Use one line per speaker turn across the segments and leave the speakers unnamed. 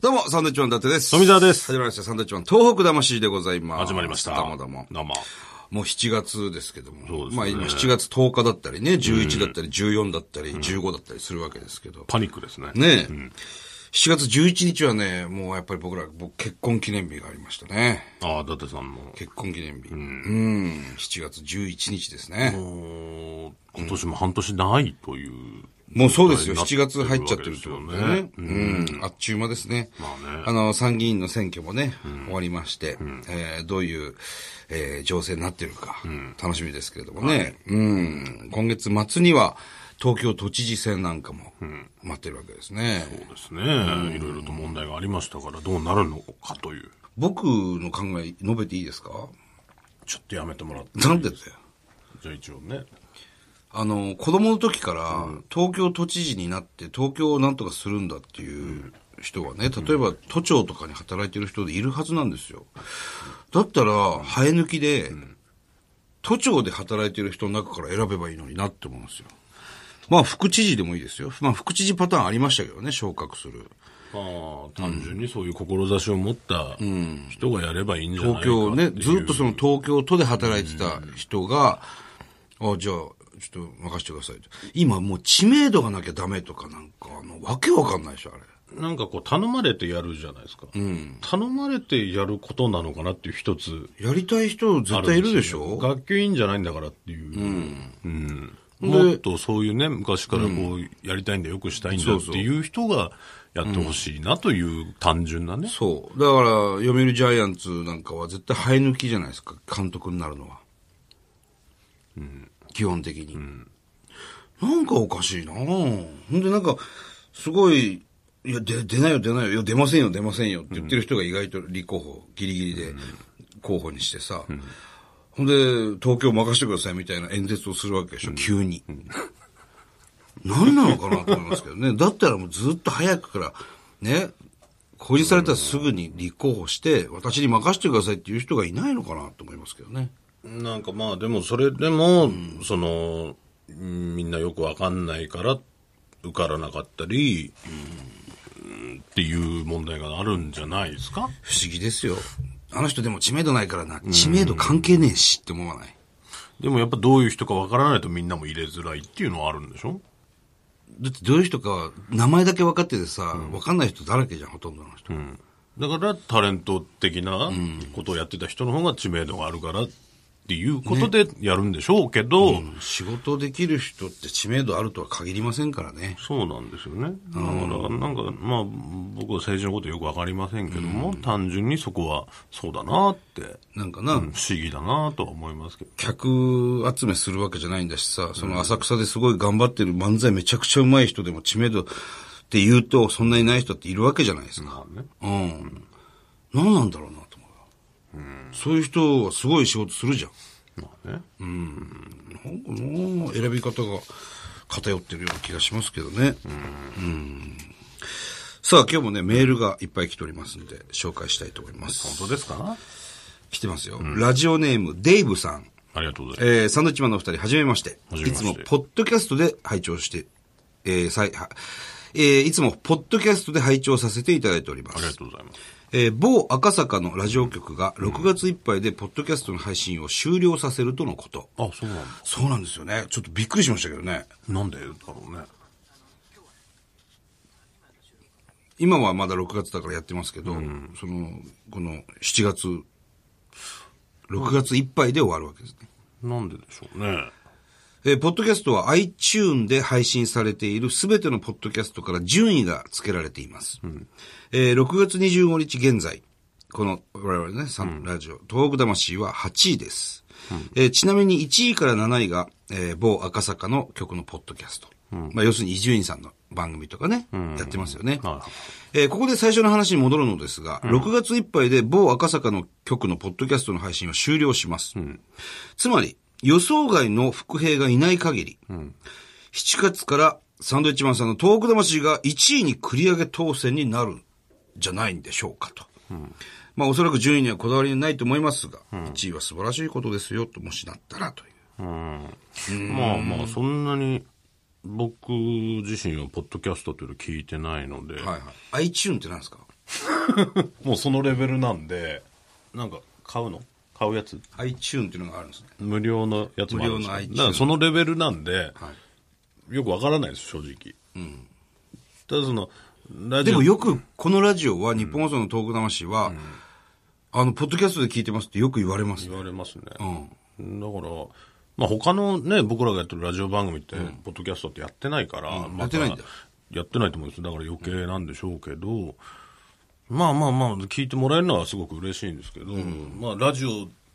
どうも、サンドイッチマン伊達です。
富澤です
始まりました、サンドイッチマン東北魂でございます。
始まりました。
どうもどうも。
どうも。
もう7月ですけども。
そうですね
まあ今7月10日だったりね、11だったり、14だったり、15だったりするわけですけど。
パニックですね。
ねえ。7月11日はね、もうやっぱり僕ら、僕結婚記念日がありましたね。
ああ、伊達さんの。
結婚記念日。うん。7月11日ですね。
もう今年も半年ないという。
もうそうですよ。
な
7月入っちゃってるってことで
わけ
ね
で。
う
すよ
ん。あっちゅう間ですね。
まあね
あの、参議院の選挙もね、終わりまして、えーどういう、えー情勢になってるか、楽しみですけれどもね。うん。今月末には、東京都知事選なんかも、待ってるわけですね。
そうですね。いろいろと問題がありましたから、どうなるのかという。
僕の考え、述べていいですか
ちょっとやめてもらって。
なんでだよ。
じゃあ一応ね。
あの、子供の時から、東京都知事になって、東京をなんとかするんだっていう人はね、例えば都庁とかに働いてる人でいるはずなんですよ。だったら、生え抜きで、都庁で働いてる人の中から選べばいいのになって思うんですよ。まあ、副知事でもいいですよ。まあ、副知事パターンありましたけどね、昇格する。
まあ、単純にそういう志を持った人がやればいいんじゃないか
東
っていう。
京ね、ずっとその東京都で働いてた人が、あ、じゃあ、ちょっと任せてくださいと。今もう知名度がなきゃダメとかなんか、あの、わけわかんないでしょ、あれ。
なんかこう頼まれてやるじゃないですか。頼まれてやることなのかなっていう一つ。
やりたい人絶対いるでしょ
学級委員じゃないんだからっていう。うんもっとそういうね、昔からこう、やりたいんだ、よくしたいんだっていう人がやってほしいなという単純なね。
そう。だから、読売ジャイアンツなんかは絶対生え抜きじゃないですか、監督になるのは。基本的に。なんかおかしいなぁほんでなんか、すごい、いや、で出ないよ、出ないよ、いや、出ませんよ、出ませんよって言ってる人が意外と立候補、ギリギリで候補にしてさ、ほんで、東京任せてくださいみたいな演説をするわけでしょ、急に。何なのかなと思いますけどね。 だったらもうずっと早くから、ね、公示されたらすぐに立候補して、私に任せてくださいっていう人がいないのかなと思いますけどね。
なんかまあ、でもそれでも、その、うんみんなよくわかんないから、受からなかったり、うんっていう問題があるんじゃないですか
不思議ですよ。あの人でも知名度ないからな、知名度関係ねえしって思わない。
でもやっぱどういう人かわからないとみんなも入れづらいっていうのはあるんでしょ
だってどういう人か、名前だけ分かっててさ、分かんない人だらけじゃん、ほとんどの人。
だからタレント的なことをやってた人の方が知名度があるからっていうことでやるんでしょうけど、
仕事できる人って知名度あるとは限りませんからね。
そうなんですよね。だから、なんか、まあ、僕は政治のことよくわかりませんけども、単純にそこはそうだなって、
なんかな、
不思議だなとは思いますけど。
客集めするわけじゃないんだしさ、その浅草ですごい頑張ってる漫才めちゃくちゃうまい人でも知名度って言うと、そんなにない人っているわけじゃないですか。
まあね。
うん。何なんだろうなと思う。そういう人はすごい仕事するじゃん。
まあね。
なんかな選び方が偏ってるような気がしますけどね。うんさあ、今日もね、メールがいっぱい来ておりますんで、紹介したいと思います。
本当ですか
来てますよ。ラジオネーム、デイブさん。
ありがとうございます。
えーサンドイッチマンのお二人、はじめまして。
はじめ
い
ま
つ
して
も、ポッドキャストで拝聴して、えーさい、はえーいつも、ポッドキャストで拝聴させていただいておりま
ありが
す。
とうございます。
えー某赤坂のラジオ局が、6月いっぱいで、ポッドキャストの配信を終了させるとのこと。
あ、そうなんだ。
そうなんですよね。ちょっとびっくりしましたけどね。
なんでだろうね。
今はまだ6月だからやってますけど、その、この7月、6月いっぱいで終わるわけですね。
なんででしょうね。
えーポッドキャストは iTune で配信されているすべてのポッドキャストから順位が付けられています。えー6月25日現在、この我々ね、サンラジオ、東北魂は8位です。えーちなみに1位から7位が、えー某赤坂の曲のポッドキャスト。まあ、要するに伊集院さんの番組とかね、やってますよね。
はい
えーここで最初の話に戻るのですが、6月いっぱいで某赤坂の局のポッドキャストの配信は終了します。つまり、予想外の副兵がいない限り、7月からサンドイッチマンさんの東北魂が1位に繰り上げ当選になるんじゃないんでしょうかと。まあおそらく順位にはこだわりないと思いますが、1位は素晴らしいことですよと、もしなったらという。
うんまあまあ、そんなに、僕自身はポッドキャストというの聞いてないので、
はいはい。iTune って何ですか
もうそのレベルなんで、なんか買うの買うやつ
iTune っていうのがあるんですね。
無料のやつもあるんです
無料
よ
の iTunes
だからそのレベルなんで、
は
よくわからないです、正直。ただその、ラ
い、
ジ
で
オ
もよく、このラジオは、日本放送のトーク魂は、あの、ポッドキャストで聞いてますってよく言われます。
言われますね。
うん。
だから、まあ、他のね、僕らがやってるラジオ番組って、ポッドキャストってやってないから、
うん
また
やってないんだ
やってないと思うんですよだから余計なんでしょうけど、まあまあまあ、聞いてもらえるのはすごく嬉しいんですけど、まあ、ラジオ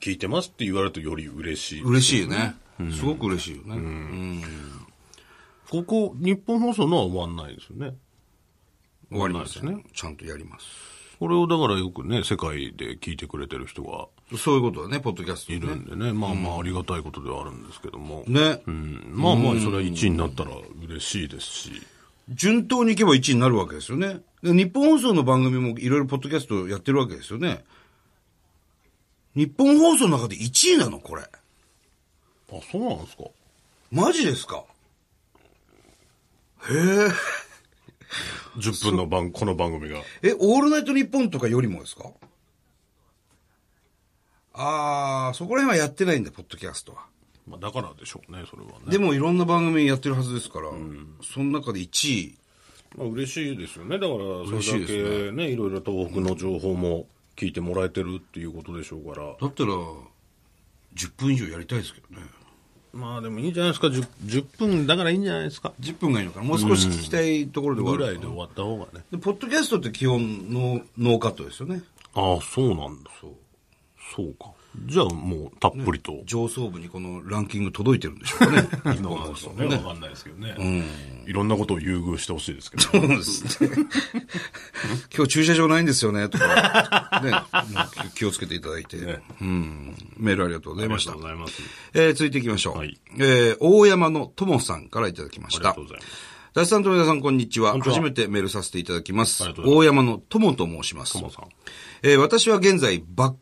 聞いてますって言われるとより嬉しい。
嬉しいよね。すごく嬉しいよね。うん
ここ、日本放送のは終わんないですよね。
終わります
終わんない
ね。ちゃんとやります。
これをだからよくね、世界で聞いてくれてる人が
そういうことだね、ポッドキャスト
いる
ね。
んでね、まあまあありがたいことではあるんですけども。
ね。
うん、まあまあ、それは1位になったら嬉しいですし。
順当にいけば1位になるわけですよね。で日本放送の番組もいろいろポッドキャストやってるわけですよね。日本放送の中で1位なのこれ。
あ、そうなんですか
マジですか
?10 分の番、この番組が。
え、オールナイトニッポンとかよりもですかあー、そこら辺はやってないんだ、ポッドキャストは。
まあ、だからでしょうね、それはね。
でもいろんな番組やってるはずですから、その中で1位。
まあ、嬉しいですよね。だから、そ
嬉しい
れだ
で
けね、いろいろ東北の情報も聞いてもらえてるっていうことでしょうから。
だったら、10分以上やりたいですけどね。
まあ、でもいいんじゃないですか。10, 10分だからいいんじゃないですか。
10分がいいのかなもう少し聞きたいところで終わ
ぐ
るかな
ら
い
で終わった方がね。
で、ポッドキャストって基本のノーカットですよね。
ああ、そうなんだ。そう。そうか。じゃあ、もう、たっぷりと。
上層部にこのランキング届いてるんでしょうかね。
いいのかですよね。わかんないですけどね。いろんなことを優遇してほしいですけど。
そうですね。今日駐車場ないんですよね、とか。ね、もう気をつけていただいて、うん。メールありがとうございました。
ありがとうございます。
えー続いていきましょう。
はい
えー大山のともさんからいただきま
あ
し
りが
た
とう。ございます。
大地さんと皆さん、こんにちは。
んにちは
初めてメールさせていただきます。
ありがとうございま
大山のともと申します
と。もさん。
えー私は現在バッ、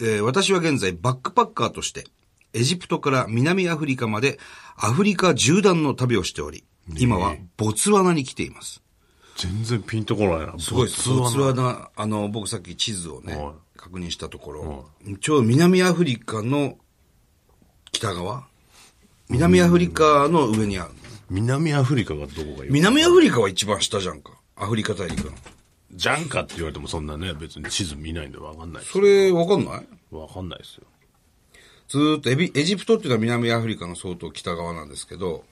えー私は現在バックパッカーとして、エジプトから南アフリカまでアフリカ縦断の旅をしており、今はボツワナに来ています。
全然ピンとこないな。
すごいで
ボ
す。
ツワナ
ボツワナ、あの、僕さっき地図をね、
はい
確認したところ、ちょうど南アフリカの北側南アフリカの上にある。
南アフリカがどこがいい
南アフリカは一番下じゃんか。アフリカ大陸の。
ジャンカって言われてもそんなね、別に地図見ないんでわかんないです
それ、わかんない
わかんないですよ。
ずーっとエビエジプトっていうのは南アフリカの相当北側なんですけど、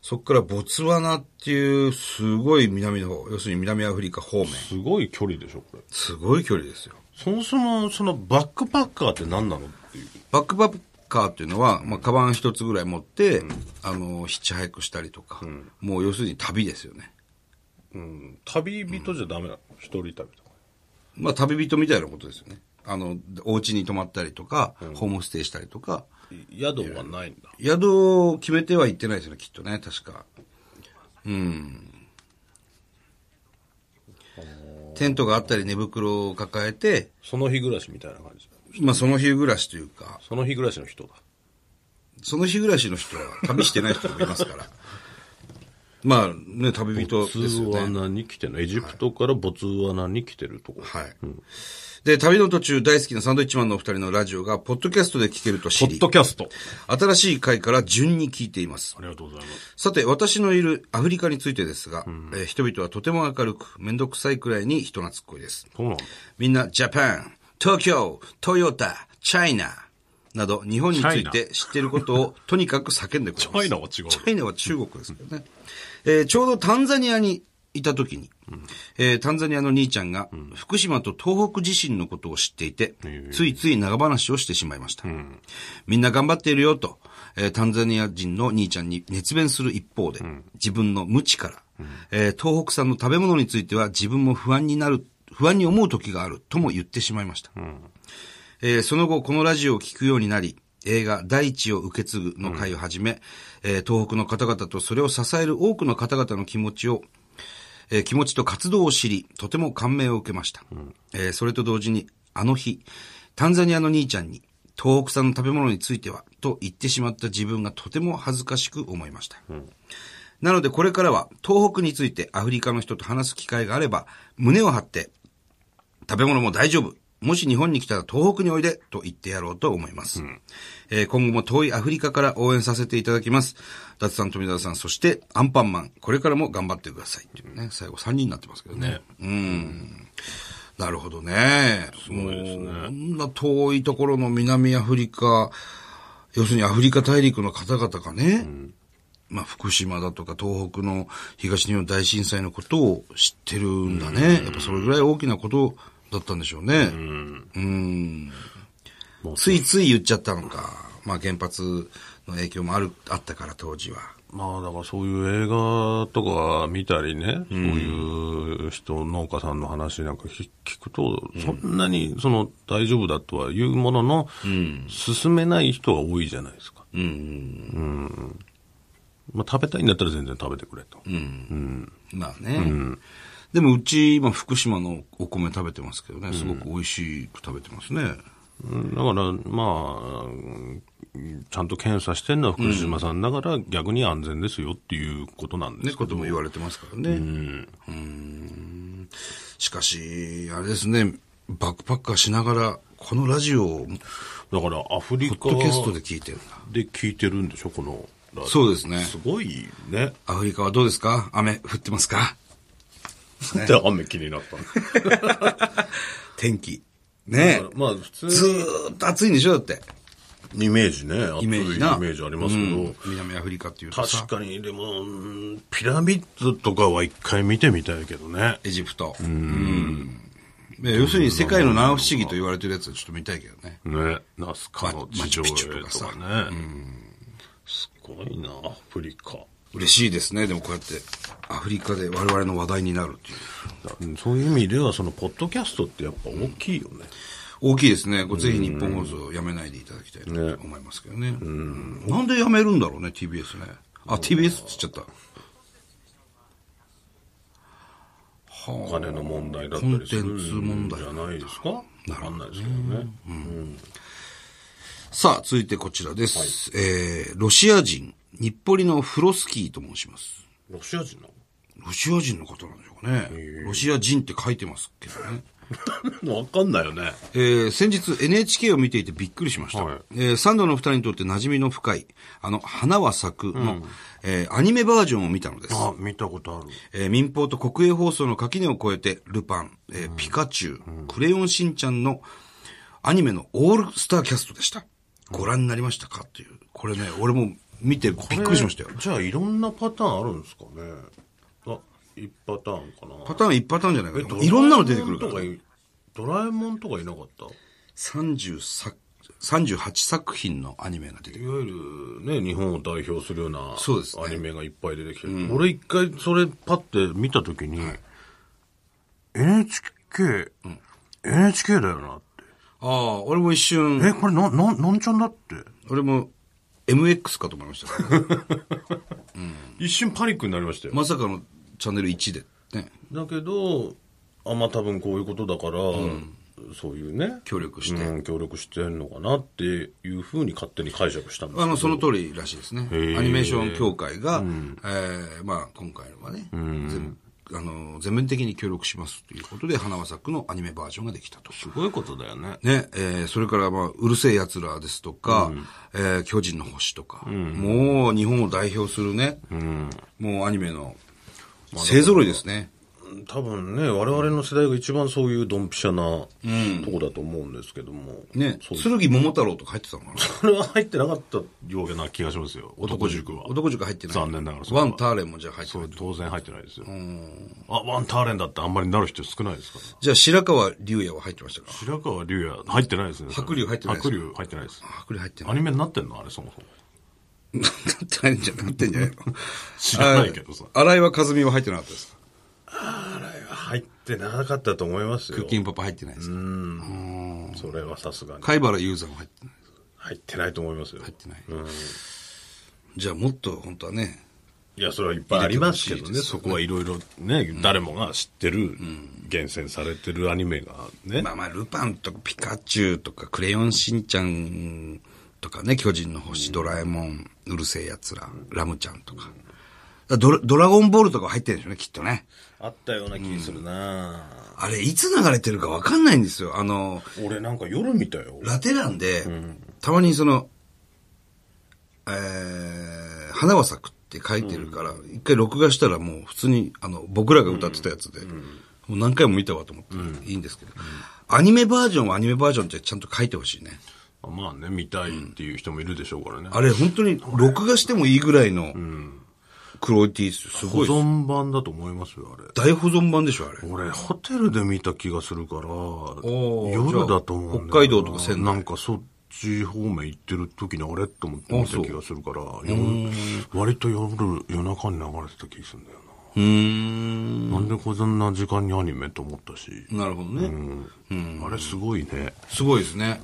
そこからボツワナっていうすごい南の方、要するに南アフリカ方面。
すごい距離でしょ、これ。
すごい距離ですよ。
そもそも、そのバックパッカーって何なのっていう。
バックパッカーっていうのは、まあ、カバン一つぐらい持って、あの、ヒッチハイクしたりとか、もう要するに旅ですよね。
うん。旅人じゃダメなの、一人旅とか。
まあ、旅人みたいなことですよね。あの、お家に泊まったりとか、ホームステイしたりとか、
宿はないんだ。
宿を決めては行ってないですよね、きっとね、確か。うん。テントがあったり寝袋を抱えて、
その日暮らしみたいな感じ。
まあその日暮らしというか、
その日暮らしの人だ。
その日暮らしの人は旅してない人もいますから。 まあね、旅人
ボ
です
ツ
よ
ワ
ね。
ナに来てるの。エジプトからボツワナに来てるとこ。
はい。で、旅の途中大好きなサンドイッチマンのお二人のラジオが、ポッドキャストで聞けると知
ポッ
り
ド、キャスト。
新しい回から順に聞いています
あ。りがとうございます。
さて、私のいるアフリカについてですが、えー人々はとても明るく、めんどくさいくらいに人懐っこいです。
そうなんだ。
みんな、ジャパン、東京、トヨタ、チャイナ、など、日本について知っていることをとにかく叫んでくれます。
チャイナは違う
チャイナは中国ですけどね。えーちょうどタンザニアにいた時に、えータンザニアの兄ちゃんが、福島と東北地震のことを知っていて、ついつい長話をしてしまいました。みんな頑張っているよと、えータンザニア人の兄ちゃんに熱弁する一方で、自分の無知から、えー東北産の食べ物については自分も不安になる、不安に思う時があるとも言ってしまいました。えーその後、このラジオを聴くようになり、映画、大地を受け継ぐの会をはじめ、えー東北の方々とそれを支える多くの方々の気持ちを、えー気持ちと活動を知り、とても感銘を受けました。えーそれと同時に、あの日、タンザニアの兄ちゃんに、東北産の食べ物については、と言ってしまった自分がとても恥ずかしく思いました。なのでこれからは東北についてアフリカの人と話す機会があれば、胸を張って食べ物も大丈夫。もし日本に来たら東北においでと言ってやろうと思います。えー今後も遠いアフリカから応援させていただきます。達さん、富澤さん、そしてアンパンマン、これからも頑張ってくださいっていうね、最後3人になってますけどね。
ね
うん。なるほどね。
ごいですね
もうこんな遠いところの南アフリカ、要するにアフリカ大陸の方々がね、まあ福島だとか東北の東日本大震災のことを知ってるんだね。やっぱそれぐらい大きなことだったんでしょうね。うん。
もう
ついつい言っちゃったのか。まあ原発の影響もある、あったから当時は。
まあだからそういう映画とか見たりね、そういう人、農家さんの話なんか聞聞くと、そんなにその大丈夫だとは言うものの、進めない人は多いじゃないですか。
うん。
まあ食べたいんだったら全然食べてくれと。
まあね。でもうち今福島のお米食べてますけどね、すごく美味しく食べてますね。
うんだからまあ、ちゃんと検査してるのは福島さんだから逆に安全ですよっていうことなんで
ね、
すけ
こ
ど
とも言われてますからね。うん。しかし、あれですね、バックパッカーしながら、このラジオを、
だからアフリカ
ポッドキャストで聞いてるんだ。
で聞いてるんでしょ、このラジオ。
そうですね
すごいね。
アフリカはどうですか雨降ってますか
で雨気になった
天気。ね
まあ普通
ずーっと暑いんでしょだって。
イメージね、暑い
イ
イ
メ
メ
ージな。
ージありますけど、
うん南アフリカっていうと
確
さ、
かに、でも、うんピラミッドとかは一回見てみたいけどね。
エジプト。うん。ね要するに世界の七不思議と言われてるやつはちょっと見たいけどね。
ね、ナスカの地上絵
マチュピチュと
と
かさ
かね。すごいな、アフリカ。
嬉しいですね。でもこうやって、アフリカで我々の話題になるっていう。
だそういう意味では、その、ポッドキャストってやっぱ大きいよね。
大きいですね。これぜひ日本放送やめないでいただきたいと思いますけどね。うんなんでやめるんだろうね、TBS ね。あ、TBS って言っちゃった。
お金の問題だったりするんじゃないですかわかんないですけどね。
さあ、続いてこちらです。えー、ロシア人、日暮里のフロスキーと申します。
ロシア人な
ロシア人の方なんでしょうかね。ロシア人って書いてますけどね。
の わかんないよね。
えー先日 NHK を見ていてびっくりしました。
はい
えーサンドのお二人にとって馴染みの深い、あの、花は咲くの、えーアニメバージョンを見たのです。
あ、見たことある。
えー民放と国営放送の垣根を越えて、ルパン、えーピカチュウ、クレヨンしんちゃんのアニメのオールスターキャストでした。ご覧になりましたかっていう。これね、俺も見てびっくりしましたよ
え。ーじゃあいろんなパターンあるんですかねあ一パターンかな
パターン一パターンじゃないかな。いろんなの出てくるか
ド
ら
ラえもん。とドラえもんとかいなかった
30作、38作品のアニメが出てく
い
る。
わゆるね日本を代表するような
そうですね
アニメがいっぱい出てきて、俺一回それパッて見た時に、NHK、NHK だよなって
ああ、俺も一瞬、
えこれなななんちゃんだって
俺も MX かと思いました からね、
一瞬パニックになりましたよ、
まさかのチャンネル1で、ね、
だけどあまあ多分こういうことだから、そういうね
協力して。
うん、協力してんのかなっていうふうに勝手に解釈したんで
あ
すけど
の、その通りらしいですね。
へー
アニメーション協会が、えーまあ、今回はね、全あの全面的に協力しますということで、花輪作のアニメバージョンができたと。
すごいことだよね
ね、えーそれから、まあ、うるせえ奴らですとか、えー巨人の星とか、もう日本を代表するね、もうアニメの勢揃いですね。
多分ね我々の世代が一番そういうドンピシャなとこだと思うんですけども、
ね、
そう
剣桃太郎とか入ってたのかな
それは入ってなかったような気がしますよ男塾は
男塾入ってない。
残念ながらそう
ワンターレンもじゃあ入って
そ
ない
れ。当然入ってないですよあワンターレンだってあんまりなる人少ないですから
じゃあ、白川龍也は入ってましたか
白川龍也入ってないですね
白龍入ってないです
白龍入ってないです
白龍入ってない
アニメになってんのあれそもそ も
なってないんじゃなってんじゃないの
知らないけどさ
あ新井は和美は入ってなかったですか
入ってなかったと思います
クッキンパパ入ってないですか
それはさすがに
貝原雄三も入ってないです
入ってないと思いますよ
入ってない、じゃあもっと本当はね
いや、それはいっぱいありますけど
入れてほしい
ね、
ですよ
そこはいろいろね、誰もが知ってる、厳選されてるアニメがね、
まあまあルパンとかピカチュウとかクレヨンしんちゃんとかね巨人の星、ドラえもんうるせえやつらラムちゃんとからドラドラゴンボールとか入ってるんでしょうね、きっとね。
あったような気するな、
あれ、いつ流れてるかわかんないんですよ。あの、
俺なんか夜見たよ。
ラテランで、たまにその、えー、花は咲くって書いてるから、一回録画したらもう普通に、あの、僕らが歌ってたやつで、もう何回も見たわと思って、いいんですけど、アニメバージョンはアニメバージョンってちゃんと書いてほしいね。
まあね、見たいっていう人もいるでしょうからね。
あれ、本当に録画してもいいぐらいの、クオリティですよ。す
保
ごいです。
存版だと思いますよ、あれ。
大保存版でしょ、あれ。
俺、ホテルで見た気がするから、
ー
夜だと思うんだよ
じゃ
な
あ北海道とか仙台
なんかそっち方面行ってる時にあれと思って見た気がするから、夜割と夜、夜中に流れてた気がするんだよ
うーん。
な。なんでこんな時間にアニメと思ったし、
なるほどね。
うんあれすごいね。
すごいですね。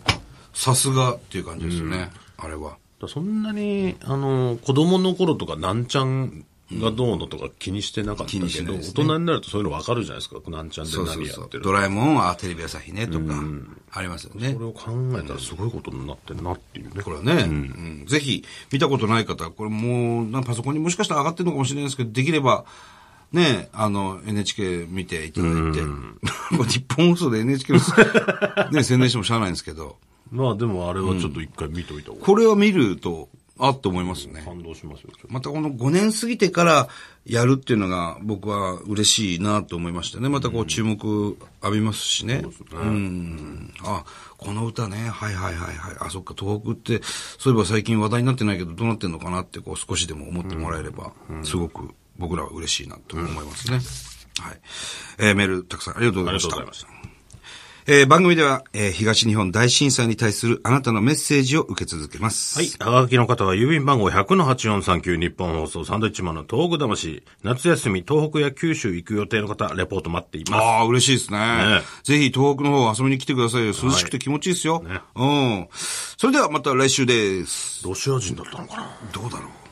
さすがっていう感じですよね。あれは。
そんなに、あの、子供の頃とか、なんちゃんがどうのとか気にしてなかったけ
気にしな
ど、
いで
大
すね
人になるとそういうの分かるじゃないですか、なんちゃんで
そうそ
何
う
や
そ
っ
う
て。る
ドラえもんはテレビ朝日ねとか、ありますよね
こ。れを考えたらすごいことになってるなっていうね。
これはね、うんぜひ見たことない方は、これもう、なんかパソコンにもしかしたら上がってるのかもしれないですけど、できれば、ね、あの、NHK 見ていただいて、これ 日本放送で NHK の、ね、宣伝してもしゃあないんですけど、
まあでもあれはちょっと一回見といた方が
これは見ると、あっと思いますね。
感動しますよ、ちょっと
またこの5年過ぎてからやるっていうのが僕は嬉しいなと思いましたね。またこう注目浴びますしね。うん。あ、この歌ね。はいはいはいはい。あ、そっか、東北って、そういえば最近話題になってないけど、どうなってんのかなってこう少しでも思ってもらえれば、すごく僕らは嬉しいなと思いますね。はい。えーメールたくさんありがとうございました。
ありがとうござい
えー番組では、えー東日本大震災に対するあなたのメッセージを受け続けます。
はい。はがきの方は郵便番号100-8439日本放送サンドイッチマンの東北魂。夏休み東北や九州行く予定の方、レポート待っています。
ああ、嬉しいですね
ね
ぜひ東北の方遊びに来てくださいよ。涼しくて気持ちいいですよ。うん。それではまた来週です。
ロシア人だったのかな
どうだろう。